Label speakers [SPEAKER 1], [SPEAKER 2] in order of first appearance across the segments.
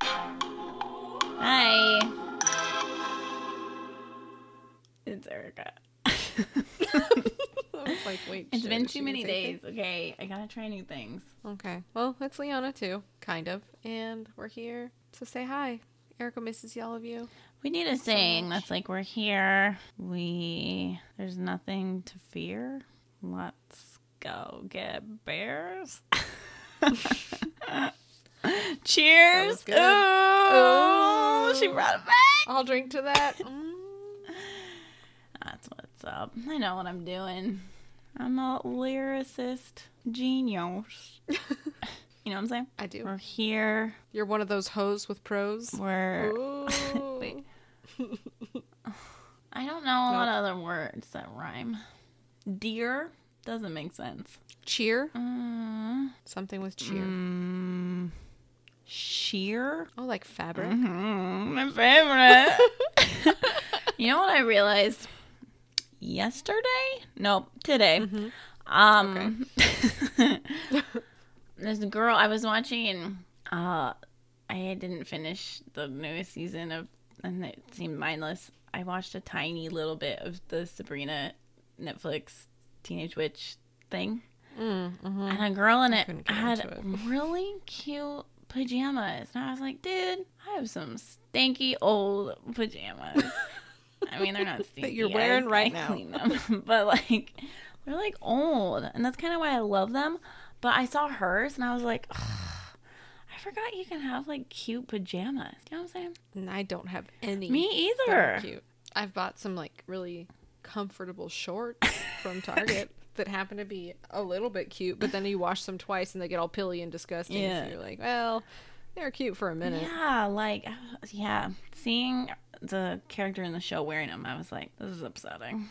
[SPEAKER 1] America.
[SPEAKER 2] I was like, wait.
[SPEAKER 1] It's
[SPEAKER 2] shit,
[SPEAKER 1] been
[SPEAKER 2] is she
[SPEAKER 1] too many
[SPEAKER 2] gonna say
[SPEAKER 1] days, okay? I gotta try new things.
[SPEAKER 2] Okay. Well, it's Leona too, kind of. And we're here. So say hi. Erica misses all of you.
[SPEAKER 1] We need a saying that's like, we're here. We, there's nothing to fear. Let's go get bears. Cheers.
[SPEAKER 2] was
[SPEAKER 1] Ooh,
[SPEAKER 2] good.
[SPEAKER 1] she
[SPEAKER 2] Ooh.
[SPEAKER 1] brought it back.
[SPEAKER 2] I'll drink to that. Mm.
[SPEAKER 1] That's what's up. I know what I'm doing. I'm a lyricist genius. you know what I'm saying?
[SPEAKER 2] I do.
[SPEAKER 1] We're here.
[SPEAKER 2] You're one of those hoes with pros.
[SPEAKER 1] We're.
[SPEAKER 2] Ooh.
[SPEAKER 1] Wait. I don't know a lot of other words that rhyme. Deer doesn't make sense.
[SPEAKER 2] cheer.
[SPEAKER 1] Mm,
[SPEAKER 2] Something with cheer.
[SPEAKER 1] mm, sheer.
[SPEAKER 2] Oh, like fabric.
[SPEAKER 1] Mm, my favorite. you know what I realized yesterday? Nope, today.
[SPEAKER 2] Mm-hmm.
[SPEAKER 1] Um, there's a girl I was watching. Uh, I didn't finish the newest season of, and it seemed mindless. I watched a tiny little bit of the Sabrina Netflix Teenage Witch thing,
[SPEAKER 2] Mm-hmm.
[SPEAKER 1] and a girl in it
[SPEAKER 2] couldn't get
[SPEAKER 1] had
[SPEAKER 2] into it.
[SPEAKER 1] really cute pajamas, and I was like, dude, I have some stanky old pajamas. I mean, they're not stinky.
[SPEAKER 2] That you're
[SPEAKER 1] I-
[SPEAKER 2] wearing right
[SPEAKER 1] I
[SPEAKER 2] now.
[SPEAKER 1] Clean them, but like they're like old, and that's kind of why I love them. But I saw hers, and I was like, "Ugh, I forgot you can have like cute pajamas. You know what I'm saying?
[SPEAKER 2] And I don't have any.
[SPEAKER 1] Me
[SPEAKER 2] that are
[SPEAKER 1] either.
[SPEAKER 2] Cute. I've bought some like really comfortable shorts from Target that happen to be a little bit cute, but then you wash them twice and they get all pilly and disgusting.
[SPEAKER 1] Yeah.
[SPEAKER 2] So you're like, well, they're cute for a minute.
[SPEAKER 1] Yeah, like yeah, seeing the character in the show wearing them, I was like, this is upsetting.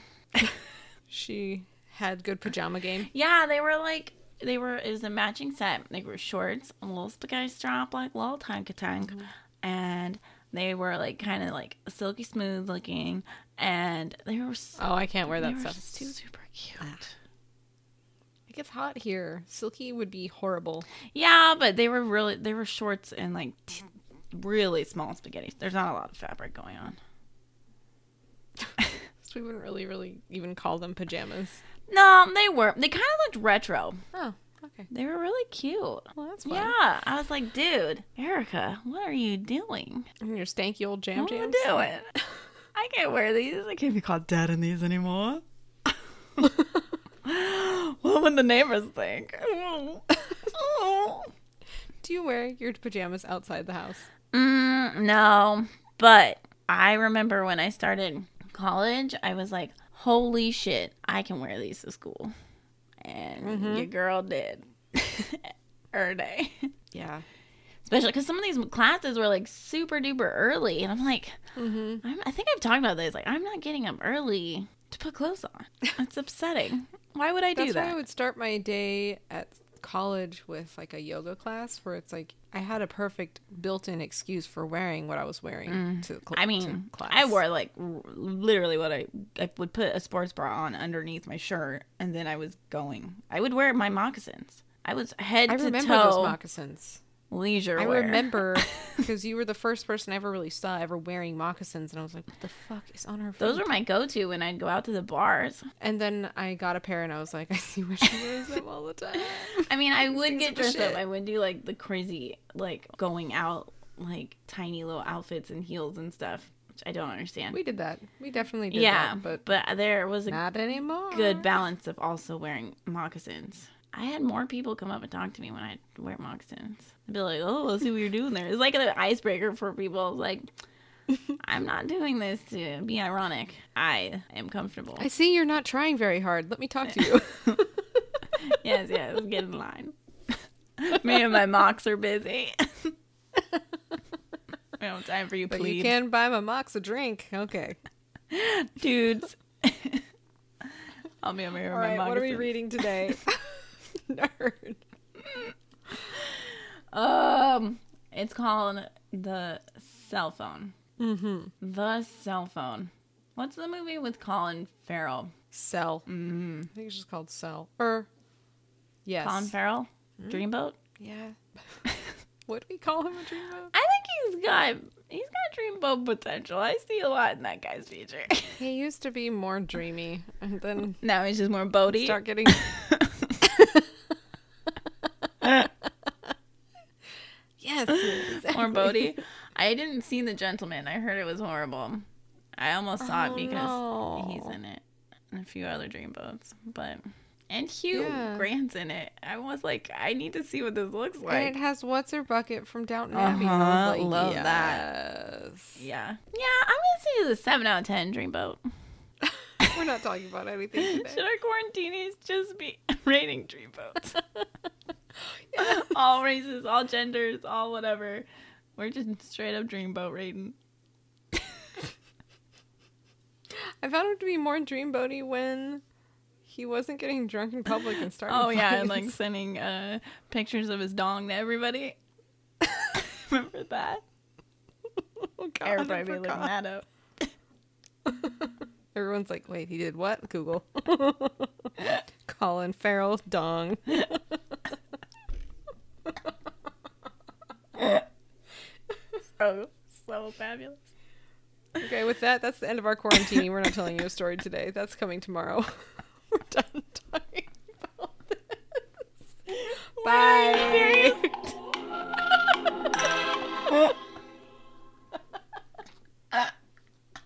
[SPEAKER 2] She had good pajama game.
[SPEAKER 1] Yeah, they were like they were it was a matching set. They were shorts, a little spaghetti strap, like little tank tank.
[SPEAKER 2] Mm-hmm.
[SPEAKER 1] And they were like kind of like silky smooth looking and they were so
[SPEAKER 2] Oh, I can't wear
[SPEAKER 1] they
[SPEAKER 2] that
[SPEAKER 1] were
[SPEAKER 2] stuff.
[SPEAKER 1] super cute.
[SPEAKER 2] It gets hot here. Silky would be horrible.
[SPEAKER 1] Yeah, but they were really they were shorts and like t- really small spaghetti. There's not a lot of fabric going on.
[SPEAKER 2] So we wouldn't really, really even call them pajamas.
[SPEAKER 1] No, they were they kind of looked retro.
[SPEAKER 2] Oh, okay.
[SPEAKER 1] They were really cute.
[SPEAKER 2] Well, that's fun.
[SPEAKER 1] Yeah, I was like, dude, Erica, what are you doing?
[SPEAKER 2] And your stanky old jam
[SPEAKER 1] What am I
[SPEAKER 2] jams.
[SPEAKER 1] doing? I can't wear these. I can't be called dad in these anymore. what would the neighbors think? mm,
[SPEAKER 2] Do you wear your pajamas outside the house?
[SPEAKER 1] Mm, no, but I remember when I started college, I was like, holy shit, I can wear these to school. And your girl did. Her day.
[SPEAKER 2] Yeah.
[SPEAKER 1] especially because some of these classes were like super duper early, and I'm like,
[SPEAKER 2] Mm-hmm.
[SPEAKER 1] I'm, I think I've talked about this. Like, I'm not getting up early to put clothes on. It's upsetting. Why would I do
[SPEAKER 2] That's why I
[SPEAKER 1] that?
[SPEAKER 2] would start my day at college with like a yoga class where it's like I had a perfect built-in excuse for wearing what I was wearing to the cl-
[SPEAKER 1] Mm. I
[SPEAKER 2] to
[SPEAKER 1] mean,
[SPEAKER 2] class.
[SPEAKER 1] I wore like r- literally what I I would put a sports bra on underneath my shirt, and then I was going. I would wear my moccasins. I was head
[SPEAKER 2] I
[SPEAKER 1] to
[SPEAKER 2] remember
[SPEAKER 1] toe
[SPEAKER 2] those moccasins.
[SPEAKER 1] leisure
[SPEAKER 2] I
[SPEAKER 1] wear.
[SPEAKER 2] remember because you were the first person I ever really saw ever wearing moccasins, and I was like, "What the fuck is on her?"
[SPEAKER 1] Those
[SPEAKER 2] feet?"
[SPEAKER 1] were my go-to when I'd go out to the bars.
[SPEAKER 2] And then I got a pair, and I was like, "I see where she wears them all the time."
[SPEAKER 1] I mean, I would
[SPEAKER 2] things
[SPEAKER 1] get
[SPEAKER 2] are
[SPEAKER 1] dressed up.
[SPEAKER 2] shit.
[SPEAKER 1] I would do like the crazy, like going out, like tiny little outfits and heels and stuff, which I don't understand.
[SPEAKER 2] We did that. We definitely did
[SPEAKER 1] yeah,
[SPEAKER 2] that,
[SPEAKER 1] but
[SPEAKER 2] but
[SPEAKER 1] but there was a
[SPEAKER 2] not anymore.
[SPEAKER 1] good balance of also wearing moccasins. I had more people come up and talk to me when I wear moccasins. I'd be like, "Oh, let's see what you're doing there." It's like an icebreaker for people. It's like, I'm not doing this to be ironic. I am comfortable.
[SPEAKER 2] I see you're not trying very hard. Let me talk to you.
[SPEAKER 1] yes, yes, get in line. Me and my mocks are busy. we don't have time for you,
[SPEAKER 2] But you
[SPEAKER 1] please.
[SPEAKER 2] can buy my mox a drink. Okay.
[SPEAKER 1] Dudes. I'll be over here with
[SPEAKER 2] All right.
[SPEAKER 1] my
[SPEAKER 2] What are we
[SPEAKER 1] moccasins.
[SPEAKER 2] reading today? Nerd.
[SPEAKER 1] Um, it's called The Cell Phone. Mm-hmm. The Cell Phone. What's the movie with Colin Farrell?
[SPEAKER 2] Cell. Mm. I think it's just called Cell. Or yes. Hmm?
[SPEAKER 1] Colin Farrell? Dreamboat?
[SPEAKER 2] yeah. what do we call him a dreamboat?
[SPEAKER 1] I think he's got he's much rainbow potential. I see a lot in that guy's future.
[SPEAKER 2] He used to be more dreamy, and then
[SPEAKER 1] now he's just more boaty.
[SPEAKER 2] start getting. yes, exactly.
[SPEAKER 1] more boaty. I didn't see the gentleman. I heard it was horrible. I almost saw
[SPEAKER 2] Oh,
[SPEAKER 1] it because
[SPEAKER 2] no.
[SPEAKER 1] he's in it and a few other dreamboats. But and Hugh
[SPEAKER 2] Yeah.
[SPEAKER 1] Grant's in it. I was like, I need to see what this looks
[SPEAKER 2] And
[SPEAKER 1] like.
[SPEAKER 2] it has what's her bucket from Downton Abbey. and
[SPEAKER 1] Uh-huh,
[SPEAKER 2] I was like,
[SPEAKER 1] love
[SPEAKER 2] yes.
[SPEAKER 1] yeah, yeah. I'm gonna say it's a seven out of ten dreamboat.
[SPEAKER 2] We're not talking about anything
[SPEAKER 1] Should
[SPEAKER 2] today.
[SPEAKER 1] our quarantinis just be rating dreamboats? all races, all genders, all whatever. We're just straight up dreamboat rating.
[SPEAKER 2] I found him to be more dreamboaty when he wasn't getting drunk in public and starting.
[SPEAKER 1] Oh yeah, and like
[SPEAKER 2] fights.
[SPEAKER 1] sending uh, pictures of his dong to everybody. Remember that?
[SPEAKER 2] Oh, God, I
[SPEAKER 1] Everybody be looking
[SPEAKER 2] forgot.
[SPEAKER 1] that up.
[SPEAKER 2] Everyone's like, wait, he did what? Google. Colin Farrell, dong.
[SPEAKER 1] Oh, so fabulous.
[SPEAKER 2] Okay, with that, that's the end of our quarantine. We're not telling you a story today. That's coming tomorrow. We're done talking about this. Bye.